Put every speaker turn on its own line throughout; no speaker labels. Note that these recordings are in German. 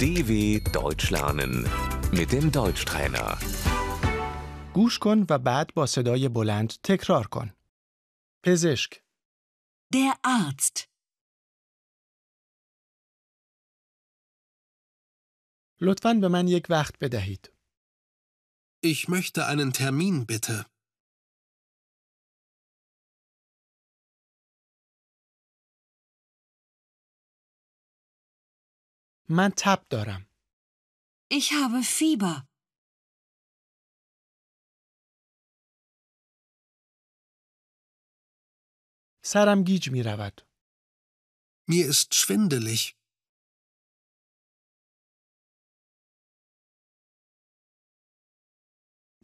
DW Deutsch lernen mit dem Deutschtrainer.
گوش کن و بعد با صدای بلند تکرار کن. پزشک،
Der Arzt.
لطفاً به من یک وقت بدهید.
Ich möchte einen Termin bitte.
من تب دارم.
Ich habe Fieber.
سرم گیج می رود.
Mir ist schwindelig.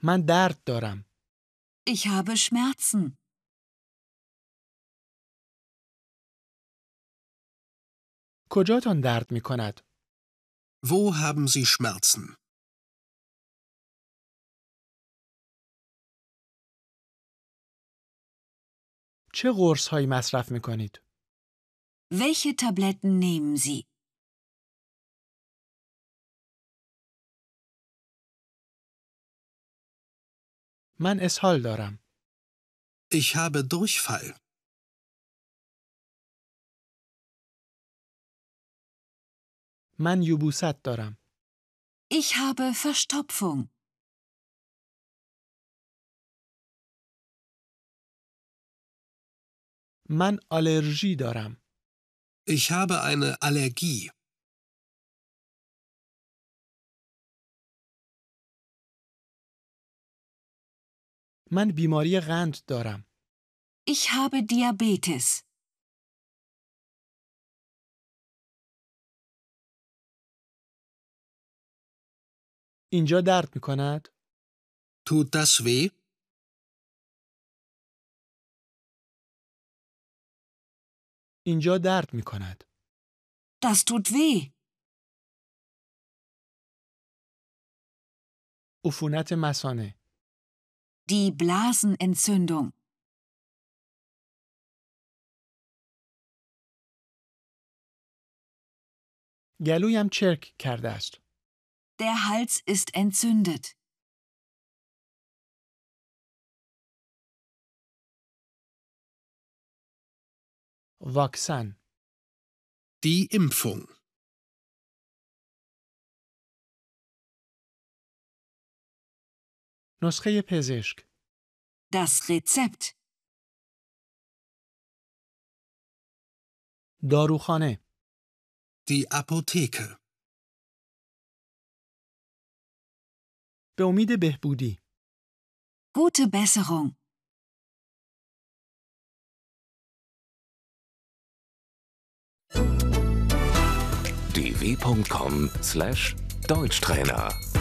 من درد دارم.
Ich habe Schmerzen.
کجاتان درد می کند؟
Wo haben Sie Schmerzen?
چه قرص هایی مصرف می کنید؟
Welche Tabletten nehmen Sie?
من اسهال دارم.
Ich habe Durchfall.
من یبوست دارم.
Ich habe Verstopfung.
من آلرژی دارم.
Ich habe eine Allergie.
من بیماری قند دارم.
Ich habe Diabetes.
اینجا درد می کند؟
Tut das weh?
اینجا درد می کند.
Das tut weh.
عفونت مسانه.
Die Blasenentzündung.
گلویم چرک کرده است.
Der Hals ist entzündet.
واکسن
Die Impfung.
نسخه پزشک
Das Rezept.
داروخانه
Die Apotheke.
به امید بهبودی
Gute Besserung.
dw.com/deutschtrainer